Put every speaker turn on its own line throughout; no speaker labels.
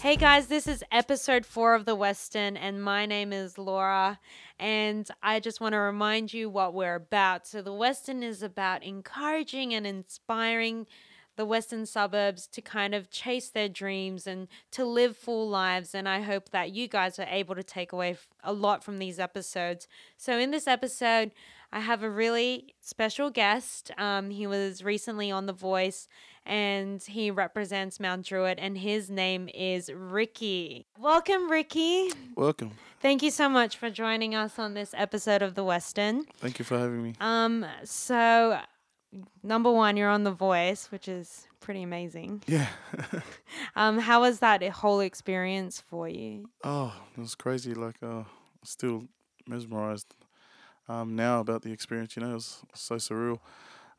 Hey guys, this is episode four of The Weston, and my name is Laura. And I just want to remind you what we're about. So, The Weston is about encouraging and inspiring the Western suburbs to kind of chase their dreams and to live full lives. And I hope that you guys are able to take away f- a lot from these episodes. So, in this episode, I have a really special guest. Um, he was recently on The Voice and he represents Mount Druitt, and his name is Ricky. Welcome, Ricky.
Welcome.
Thank you so much for joining us on this episode of The Western.
Thank you for having me.
Um, so number one, you're on The Voice, which is pretty amazing.
Yeah.
Um, how was that whole experience for you?
oh, it was crazy. Like, uh, still mesmerized um, now about the experience. You know, it was so surreal.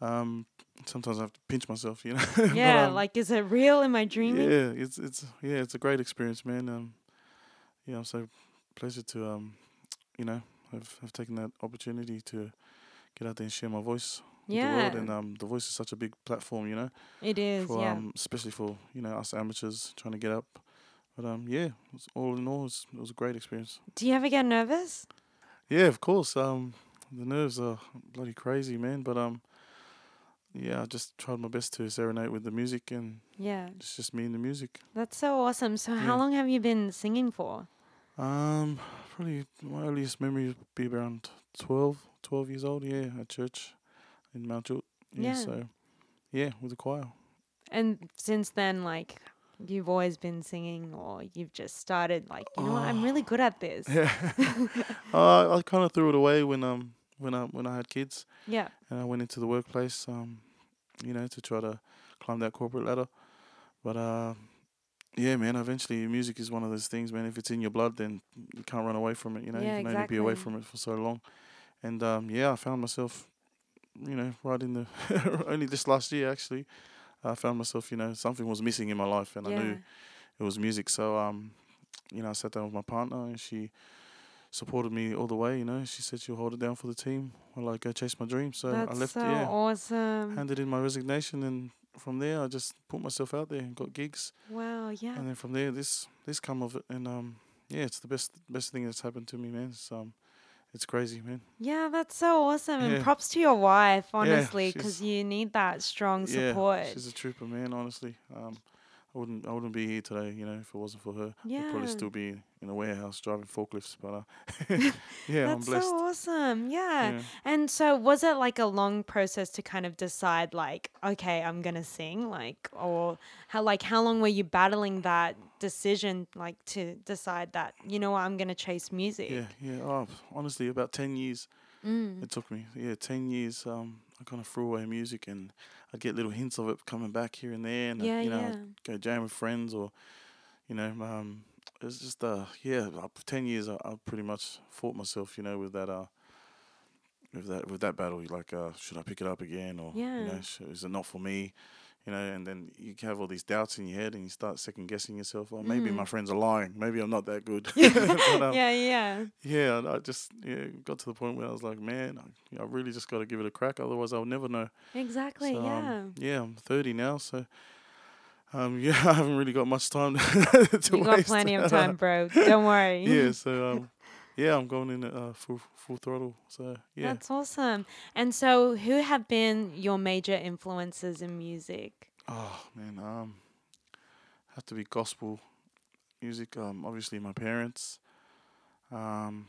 Um, sometimes I have to pinch myself. You know. But,
Yeah,
um,
like is it real? Am I dreaming?
Yeah, it's it's yeah, it's a great experience, man. Um, yeah, I'm so pleased to um, you know, have have taken that opportunity to get out there and share my voice. with The world
Yeah,
and um, the voice is such a big platform, you know,
it is.
for
yeah,
um, especially for you know us amateurs trying to get up. But um, yeah, it was all in all, it was, it was a great experience.
do you ever get nervous?
Yeah, of course. Um, the nerves are bloody crazy, man. But um, yeah, I just tried my best to serenade with the music, and
Yeah,
it's just me and the music.
that's so awesome. So, how
Yeah.
long have you been singing for?
Um, probably my earliest memory would be around 12, 12 years old. Yeah, at church in Mount Jewett. Yeah,
Yeah.
So yeah, with the choir.
And since then, like, you've always been singing, or you've just started, like, you know what? I'm really good at this.
Yeah. uh, I kind of threw it away when um when I when I had kids
yeah.
and I went into the workplace. Um, you know, to try to climb that corporate ladder. But uh, yeah, man. Eventually, music is one of those things, man. If it's in your blood, then you can't run away from it. You know,
Yeah,
you can only be away
exactly.
from it for so long. And um, yeah, I found myself, you know, right in the only this last year actually, I found myself, you know, something was missing in my life, and I
yeah.
knew it was music. So um, you know, I sat down with my partner, and she supported me all the way. You know, she said she'll hold it down for the team while I go chase my dream. So
That's
I left,
so
yeah,
awesome.
handed in my resignation, and from there I just put myself out there and got gigs.
wow. Yeah.
And then from there, this this come of it, and um, yeah, it's the best best thing that's happened to me, man. It's um, it's crazy, man.
Yeah, that's so awesome. And
Yeah.
props to your wife, honestly,
she's-
because you need that strong
Yeah,
support.
she's a trooper, man. Honestly, um, I wouldn't I wouldn't be here today, you know, if it wasn't for her. I'd
Yeah.
probably still be in a warehouse driving forklifts, but uh, yeah, I'm
That's
blessed.
so awesome. Yeah.
Yeah.
And so was it like a long process to kind of decide like, okay, I'm going to sing like or how like how long were you battling that decision like to decide that, you know what, I'm going to chase music?
Yeah, yeah. Oh, honestly, about ten years
Mm.
it took me. Yeah, ten years. Um, I kind of threw away music, and I'd get little hints of it coming back here and there, and I'd,
Yeah,
you know,
yeah.
I'd go jam with friends, or you know, um, it's just uh, yeah. uh, for Ten years, I, I pretty much fought myself, you know, with that uh, with that with that battle. Like, uh, should I pick it up again, or you
Yeah.
know, sh- is it not for me? You know, and then you have all these doubts in your head, and you start second guessing yourself. Oh, maybe
Mm.
my friends are lying. Maybe I'm not that good. But, um,
yeah, yeah.
yeah, and I just yeah, got to the point where I was like, man, I, I really just got to give it a crack. Otherwise, I'll never know.
Exactly.
So
yeah.
um, yeah, I'm 30 now, so um, yeah, I haven't really got much time to
You got
waste.
plenty of time, bro. Don't worry.
yeah, so um, yeah, I'm going in at, uh, full full throttle. So yeah,
That's awesome. And so, who have been your major influences in music?
oh man, um, have to be gospel music. Um, obviously my parents, um,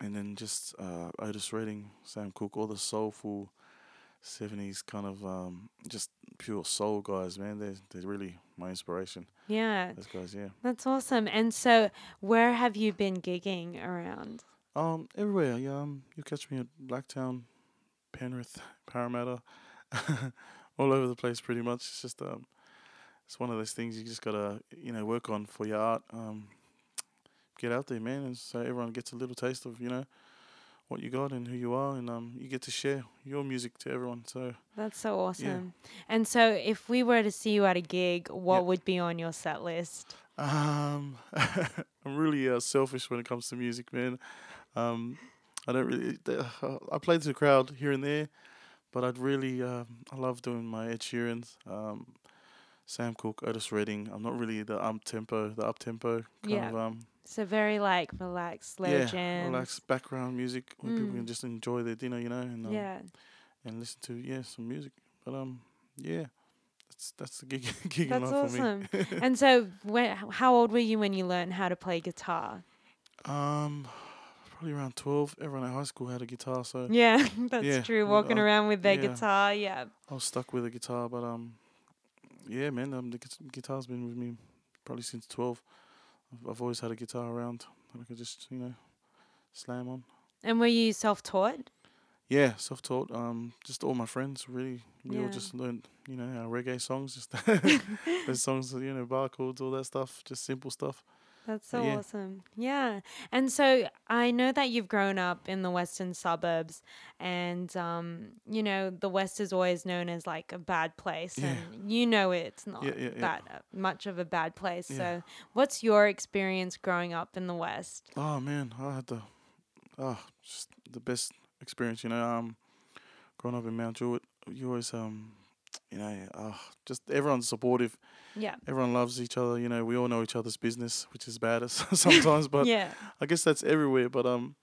and then just uh, Otis Redding, Sam Cooke, all the soulful. seventies kind of um, just pure soul guys, man. They're they're really my inspiration.
Yeah,
Those guys, yeah.
that's awesome. And so, where have you been gigging around?
Um, everywhere, yeah. Um, you catch me at Blacktown, Penrith, Parramatta, all over the place, pretty much. It's just um, it's one of those things you just gotta you know work on for your art. Um, get out there, man, and so everyone gets a little taste of you know what you got and who you are, and um, you get to share your music to everyone. So
That's so awesome. And so, if we were to see you at a gig, what
Yep.
would be on your set list?
Um, I'm really uh, selfish when it comes to music, man. Um, I don't really. uh, I play to the crowd here and there, but I'd really. Um, I love doing my Ed Sheeran's. Um, Sam Cooke, Otis Redding. I'm not really the um tempo, the up tempo kind
Yeah.
of um
So very like relaxed, slow
yeah,
jams.
relax background music where people
Mm.
can just enjoy their dinner, you know, and um,
Yeah.
and listen to yeah some music. But um yeah, that's that's the gig gig in
That's
life
awesome.
for me.
And so, when, how old were you when you learned how to play guitar?
um, probably around twelve. Everyone at high school had a guitar, so
Yeah, that's
Uh, Yeah,
true.
well,
Walking
I-
around with their
yeah.
guitar, yeah.
I was stuck with a guitar. But um, yeah, man, um, the gu- guitar's been with me probably since twelve. I've, I've always had a guitar around that I could just you know slam on.
And were you self-taught?
Yeah, self-taught. Um, just all my friends really. We all
Yeah.
just learned, you know, our reggae songs, just those songs, you know, bar chords, all that stuff, just simple stuff.
That's
But
so
yeah.
awesome. Yeah. And so I know that you've grown up in the western suburbs and um, you know, the west is always known as like a bad place
Yeah.
and you know it's not
yeah, yeah.
that uh, much of a bad place.
Yeah.
So what's your experience growing up in the west?
Oh man, I had the, oh, just the best experience, you know. Um, growing up in Mount Jewett, you always um, you know, oh, just everyone's supportive.
Yeah.
Everyone loves each other. You know, we all know each other's business, which is bad as sometimes, but
yeah.
I guess that's everywhere, but um,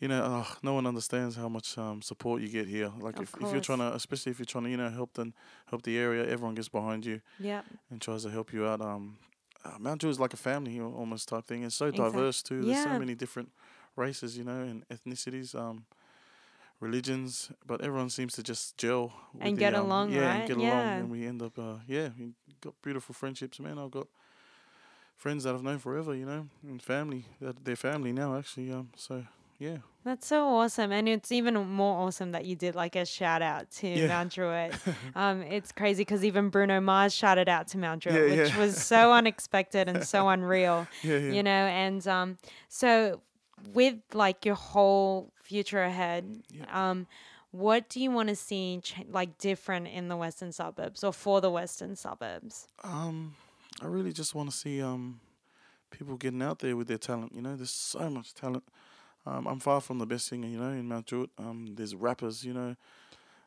you know, oh, no one understands how much um support you get here. Like
Of
if, if you're
course.
trying to, especially if you're trying to, you know, help them, help the area, everyone gets behind you
Yeah.
and tries to help you out. Um, uh, Mount Jewel is like a family al- almost type thing. It's so
Exact-
diverse too. There's
Yeah.
so many different races, you know, and ethnicities, um, religions, but everyone seems to just gel with
And
the,
get
um,
along,
yeah,
right?
and get along,
Yeah.
and we end up, uh, yeah, we got beautiful friendships, man. I've got friends that I've known forever, you know, and family that they're family now actually. Um, so yeah,
That's so awesome. And it's even more awesome that you did like a shout out to
Yeah.
Mount Druitt. Um, it's crazy because even Bruno Mars shouted out to Mount Druitt,
Yeah,
which
yeah.
was so unexpected and so unreal,
yeah, yeah.
you know. And um, so, with like your whole future ahead,
Yeah.
um, what do you want to see ch- like different in the Western suburbs or for the Western suburbs?
Um, I really just want to see um people getting out there with their talent. You know, there's so much talent. Um, I'm far from the best singer, you know, in Mount Jewett. Um, there's rappers, you know.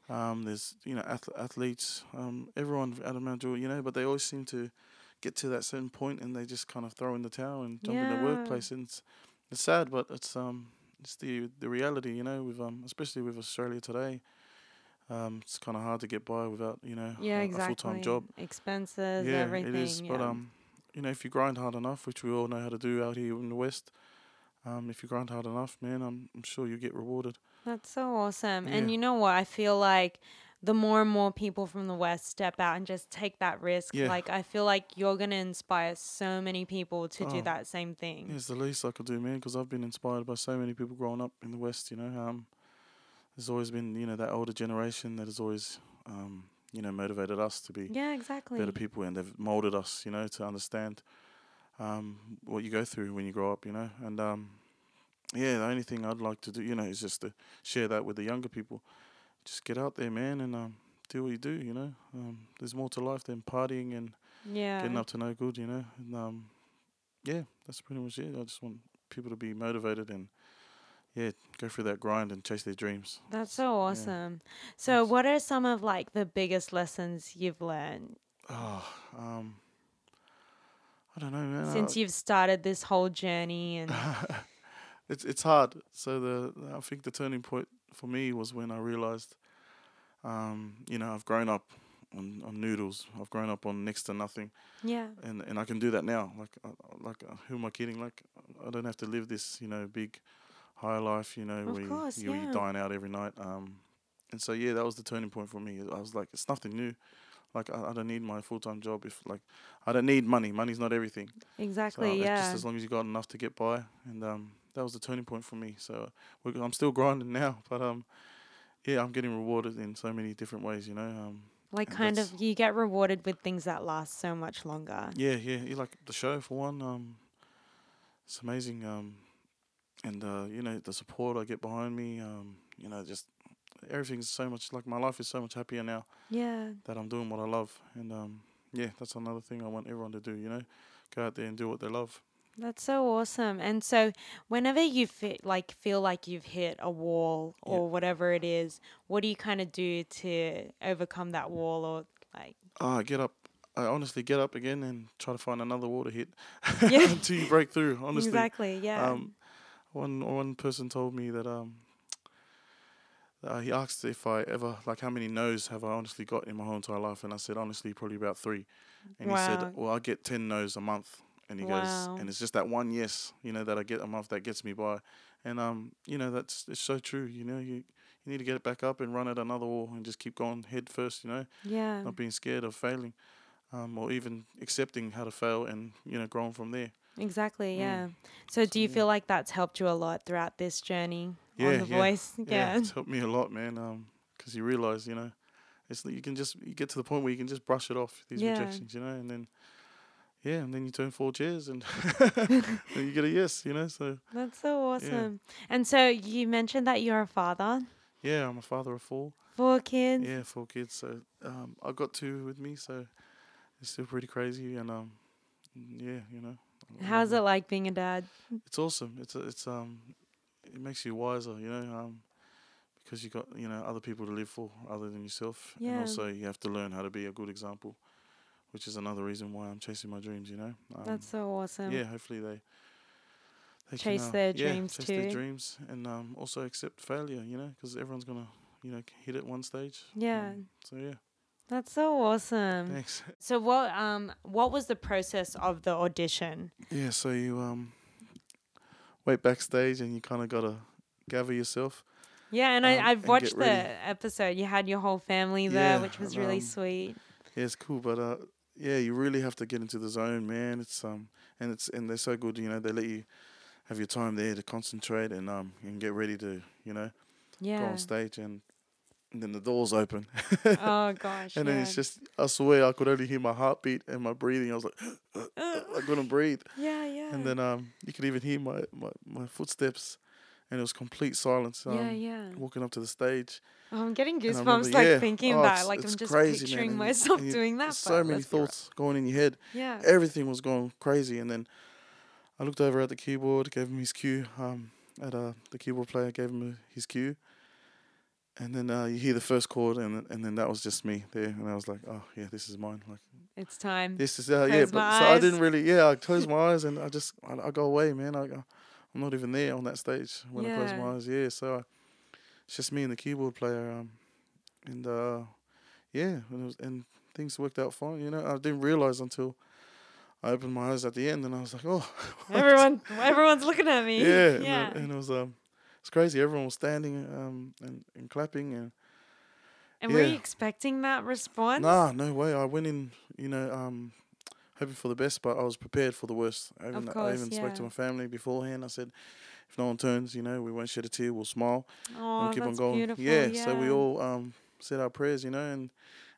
Um, there's you know ath- athletes. Um, everyone out of Mount Jewett, you know, but they always seem to get to that certain point and they just kind of throw in the towel and jump in
Yeah.
the workplace. And it's, it's sad, but it's um it's the the reality, you know. With um especially with Australia today, um, it's kind of hard to get by without you know
Yeah,
a, a full time
exactly.
job.
Expenses,
yeah,
everything.
it is.
yeah.
But um, you know, if you grind hard enough, which we all know how to do out here in the West, um, if you grind hard enough, man, I'm, I'm sure you get rewarded.
That's so awesome. And
Yeah.
you know what? I feel like the more and more people from the West step out and just take that risk,
Yeah.
like I feel like you're going to inspire so many people to do
Oh,
that same thing.
Yeah, it's the least I could do, man, because I've been inspired by so many people growing up in the West. You know, um, there's always been you know that older generation that has always um, you know motivated us to be
Yeah, exactly.
better people, and they've molded us, you know, to understand um, what you go through when you grow up, you know, and um, yeah, the only thing I'd like to do, you know, is just to share that with the younger people. Just get out there, man, and um, do what you do, you know. Um, there's more to life than partying and
Yeah.
getting up to no good, you know. And um, yeah, that's pretty much it. I just want people to be motivated and yeah, go through that grind and chase their dreams.
That's so
yeah.
awesome. So,
Yes.
what are some of like the biggest lessons you've learned
Oh, um, I don't know, man.
since
I-
you've started this whole journey and
it's it's hard. So the I think the turning point for me was when I realized, um, you know, I've grown up on, on noodles. I've grown up on next to nothing.
yeah,
and and I can do that now. Like uh, like uh, who am I kidding? Like I don't have to live this you know big high life you know
Of
where you,
course,
you, you
yeah.
dine out every night. Um, and so yeah, that was the turning point for me. I was like, it's nothing new. Like I, I don't need my full time job if like I don't need money. Money's not everything. So
exactly,
it's just
yeah.
as long as you got enough to get by, and um, that was the turning point for me. So we're, I'm still grinding now, but um, yeah, I'm getting rewarded in so many different ways. You know, um,
Like,
and
kind
that's-
of, you get rewarded with things that last so much longer.
yeah, yeah, you like the show for one. Um, it's amazing. Um, and uh, you know the support I get behind me. Um, you know, just everything's so much like my life is so much happier now
Yeah.
that I'm doing what I love. And um, yeah, that's another thing I want everyone to do. You know, go out there and do what they love.
That's so awesome. And so, whenever you fe- like feel like you've hit a wall
Yeah.
or whatever it is, what do you kind of do to overcome that wall or like?
Ah, get up. I honestly get up again and try to find another water hit
Yeah.
until you break through. Honestly,
Exactly. Yeah.
um, one one person told me that um, uh, he asked if I ever like how many no's have I honestly got in my whole entire life, and I said honestly probably about three, and he
Wow.
said, well I get ten no's a month, and he
Wow.
goes, and it's just that one yes, you know, that I get a month that gets me by, and um, you know that's it's so true, you know you. You need to get it back up and run at another wall and just keep going head first, you know
yeah.
not being scared of failing um, or even accepting how to fail and you know growing from there
Exactly.
Mm.
Yeah. So, do you
yeah.
feel like that's helped you a lot throughout this journey on
Yeah,
the
yeah,
voice? Yeah.
it's helped me a lot man because you realize you know it's that you can just you get to the point where you can just brush it off these
Yeah.
rejections you know and then yeah and then you turn four chairs and and you get a yes you know so
That's so awesome. And so, you mentioned that you're a father,
yeah i'm a father of four
four kids.
yeah four kids so um, i got two with me so it's still pretty crazy and um yeah you know I love
How's
them.
it like being a dad?
it's awesome. It's it's um, it makes you wiser, you know, um, because you got you know other people to live for other than yourself,
Yeah.
and also you have to learn how to be a good example, which is another reason why I'm chasing my dreams. You know, um,
That's so awesome.
yeah. Hopefully they. They uh,
Chase their
yeah,
dreams
chase
too.
their dreams, and um, also accept failure. You know, because everyone's gonna, you know, hit it one stage.
Yeah. Mm.
um, so yeah,
That's so awesome.
thanks.
So what um what was the process of the audition?
Yeah, so you um, wait backstage, and you kind of gotta gather yourself.
Yeah, and
Um,
I, I've
and get
watched the
ready.
episode. You had your whole family there,
Yeah,
which was
and,
really
um,
sweet.
Yeah, it's cool, but uh, yeah, you really have to get into the zone, man. It's um, and it's and they're so good, you know. They let you have your time there to concentrate and um, and get ready to, you know, go
Yeah.
on stage, and, and then the doors open,
oh gosh.
and then
yeah.
it's just, I swear, I could only hear my heartbeat and my breathing. I was like, I couldn't breathe,
yeah, yeah.
and then um, you could even hear my my, my footsteps, and it was complete silence. Um,
yeah, yeah.
Walking up to the stage,
Oh, I'm getting
and
goosebumps
I remember,
like
yeah,
thinking
oh,
that.
it's-
Like I'm
it's
just
crazy, man,
picturing
and you-
myself
and you-
doing that.
there's so
but
many
let's be right.
thoughts going in your head.
Yeah.
everything was going crazy. And then I looked over at the keyboard, gave him his cue. Um, at uh, the keyboard player gave him uh, his cue. And then uh, you hear the first chord, and and then that was just me there, and I was like, oh yeah, this is mine. Like
It's time.
this is uh, yeah.
Close
But so
my
I
eyes.
didn't really yeah. I closed my eyes and I just I, I go away, man. I go, I'm not even there on that stage when I close
Yeah.
my eyes. Yeah, so I, it's just me and the keyboard player. Um, and uh, yeah, and, it was, and things worked out fine. You know, I didn't realize until I opened my eyes at the end, and I was like, oh,
Everyone everyone's looking at me.
yeah, and,
yeah.
it- and it was um, it's crazy. Everyone was standing um and, and clapping and
And were you
yeah.
expecting that response?
nah, no way. I went in, you know, um, hoping for the best, but I was prepared for the worst. I even,
Of
I
course,
even spoke to
yeah.
my family beforehand. I said, if no one turns, you know, we won't shed a tear. We'll smile
Oh,
and we'll keep
that's
on going.
beautiful.
yeah, So we all um said our prayers, you know, and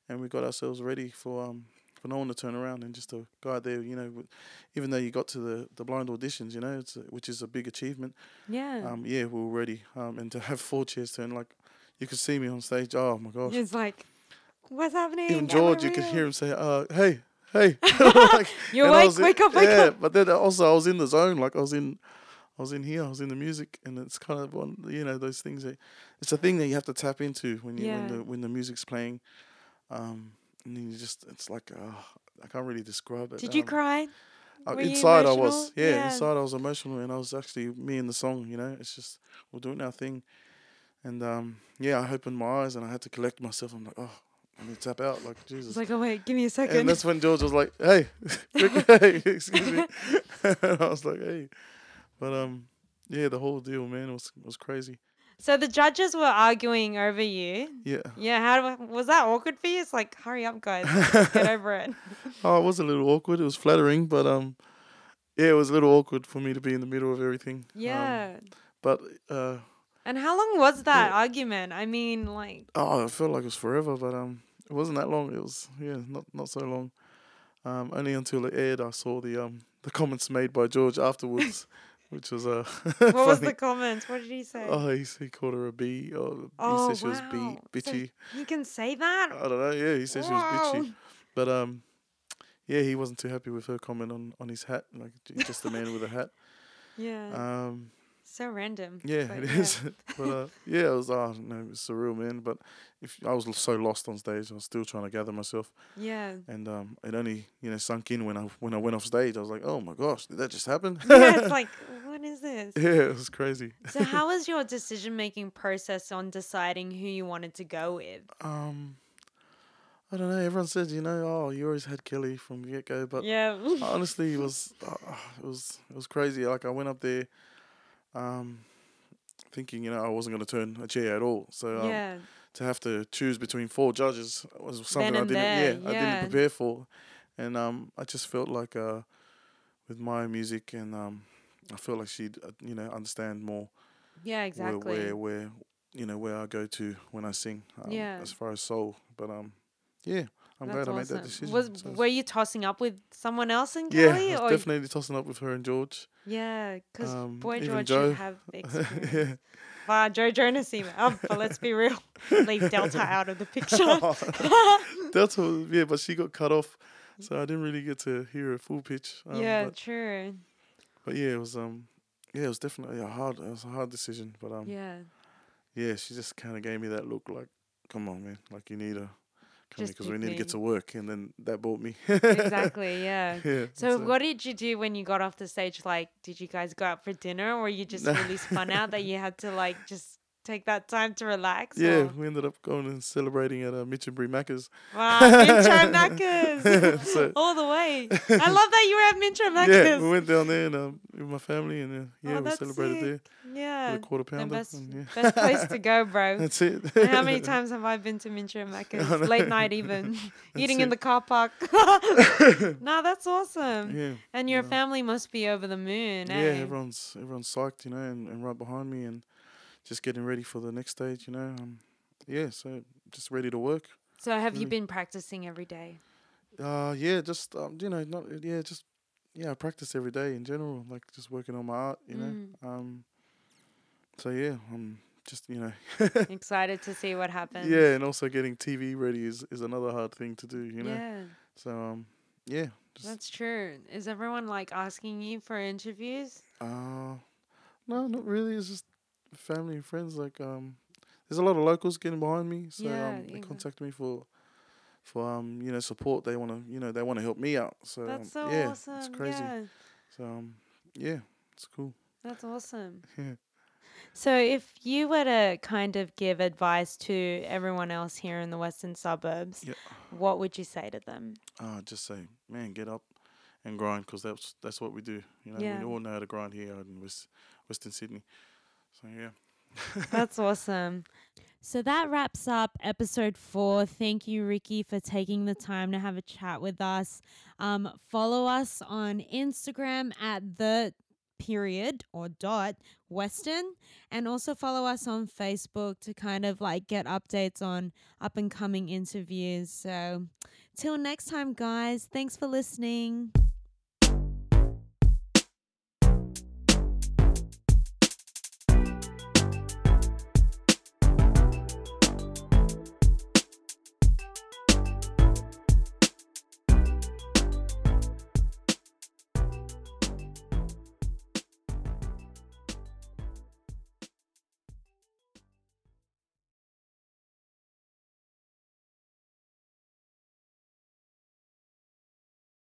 and we got ourselves ready for um. For no one to turn around and just a guy there, you know, w- even though you got to the, the blind auditions, you know, it's a, which is a big achievement.
Yeah.
Um, yeah, we were ready. Um, and to have four chairs turned, like you could see me on stage. Oh my gosh!
It's like, what's happening? Am
Even
I
George, you could
real?"
hear him say, "Uh, hey, hey." like,
You're
and I
awake,
was in-
wake up, wake
yeah,
up.
But then also, I was in the zone. Like I was in, I was in here. I was in the music, and it's kind of one, you know, those things that it's a thing that you have to tap into when you when
Yeah.
the when the music's playing. Um, and then you just it's like uh, I can't really describe it.
Did you
um,
cry?
uh,
Were you
inside I
emotional?
was, yeah,
Yeah.
Inside I was emotional, and I was actually me and the song. You know, it's just we're doing our thing, and um, yeah, I opened my eyes and I had to collect myself. I'm like, oh, I need to tap out, like Jesus.
It's like, oh wait, give me a second.
and that's when George was like, hey, quick, hey, excuse me. and I was like, hey, but um, yeah, the whole deal, man, was was crazy.
so the judges were arguing over you.
Yeah.
Yeah, how do I- was that awkward for you? It's like, hurry up, guys, let's get over it.
Oh, it was a little awkward. It was flattering, but um, yeah, it was a little awkward for me to be in the middle of everything. um,
Yeah.
but uh.
and how long was that argument? I mean, like,
Oh, I felt like it was forever, but um, it wasn't that long. It was yeah, not not so long. Um, only until it aired, I saw the um the comments made by George afterwards, which was uh
what was
funny.
the comments? What did he say?
Oh, he, s- he called her a bee. Or
Oh,
he said she was
wow.
bee
So-
bitchy.
you can say that.
I don't know. Yeah, he said she was
Wow.
bitchy, but um, yeah, he wasn't too happy with her comment on on his hat. Like j- just a man with a hat.
Yeah.
Um,
So random.
Yeah,
but
it is. but uh, yeah, it was oh no, it was surreal, man. But if I was so lost on stage, I was still trying to gather myself,
Yeah.
and um, it only you know sunk in when I when I went off stage. I was like, oh my gosh, did that just happen?
yeah, it's like, what is this?
yeah, it was crazy.
So, how was your decision making process on deciding who you wanted to go with?
Um, I don't know. Everyone said, you know, oh, you always had Kelly from get go, but
yeah.
honestly, it was uh, it was it was crazy. Like I went up there, um, thinking you know I wasn't going to turn a chair at all. So um,
yeah.
to have to choose between four judges was something I
and
didn't
there,
yeah, I
yeah.
didn't prepare for, and um I just felt like uh with my music and um I felt like she'd uh, you know understand more
Yeah, exactly.
where, where where you know where I go to when I sing um,
Yeah.
as far as soul, but um yeah I'm glad
That's
I made that
awesome.
decision.
Was
So it's-
were you tossing up with someone else in
yeah,
Kelly?
I was
or
definitely tossing up with her and George.
yeah, because
um,
boy
even
George
Joe.
should have experience.
yeah.
Ah, Joe Jonas even. Oh, but let's be real. Leave Delta out of the picture.
That's all, yeah, but she got cut off, so I didn't really get to hear her full pitch. Um,
yeah,
but,
true.
but yeah, it was um, yeah, it was definitely a hard, it was a hard decision. But um, yeah,
Yeah.
she just kind of gave me that look, like, come on, man, like you need her, come
Just
because we
pick
need to
me.
get to work, and then that bought me.
Exactly, yeah.
yeah.
So, what did you do when you got off the stage? Like, did you guys go out for dinner, or you just
No.
really spun out that you had to like just take that time to relax?
Yeah,
or-
we ended up going and celebrating at uh, Mitch and Brie Macca's.
Wow, Mintra Macca's
So-
all the way. I love that you were at Mintra
Yeah, we
Macca's. Oh,
went down there and um, with my family, and uh, yeah, we
that's
celebrated
sick.
there
Yeah,
with a quarter
the
pounder.
best,
and, yeah.
best place to go, bro.
That's it.
And How many times have I been to Mintra Macca's?
know.
Late night, even eating in
it.
the car park. nah, that's awesome.
Yeah.
And your
Yeah.
family must be over the moon.
Yeah,
eh?
everyone's everyone's psyched, you know, and, and right behind me, and just getting ready for the next stage, you know. Um, yeah, so just ready to work.
So have you
Mm.
been practicing every day?
Uh, yeah, just um, you know, not yeah, just yeah, I practice every day in general, like just working on my art, you
Mm.
know. Um, so yeah, I'm just you know,
Excited to see what happens.
yeah, and also getting TV ready is is another hard thing to do, you know.
Yeah,
So um, yeah, just
that's true. Is everyone like asking you for interviews?
Uh, no, not really. It's just family and friends. Like, um, there's a lot of locals getting behind me, so
Yeah,
um, they
yeah.
contact me for, for um, you know, support. They want to, you know, they want to help me out. So
That's so
um, yeah,
awesome.
it's crazy.
Yeah,
So um, yeah, it's cool.
that's awesome.
Yeah.
So if you were to kind of give advice to everyone else here in the western suburbs,
Yeah.
what would you say to them?
Uh, just say, man, get up and grind, cause that's that's what we do. You know,
Yeah.
we all know how to grind here in West Western Sydney. So yeah.
That's awesome. So that wraps up episode four. Thank you, Ricky, for taking the time to have a chat with us. Um, follow us on Instagram at the period or dot western and also follow us on facebook to kind of like get updates on up and coming interviews so till next time guys thanks for listening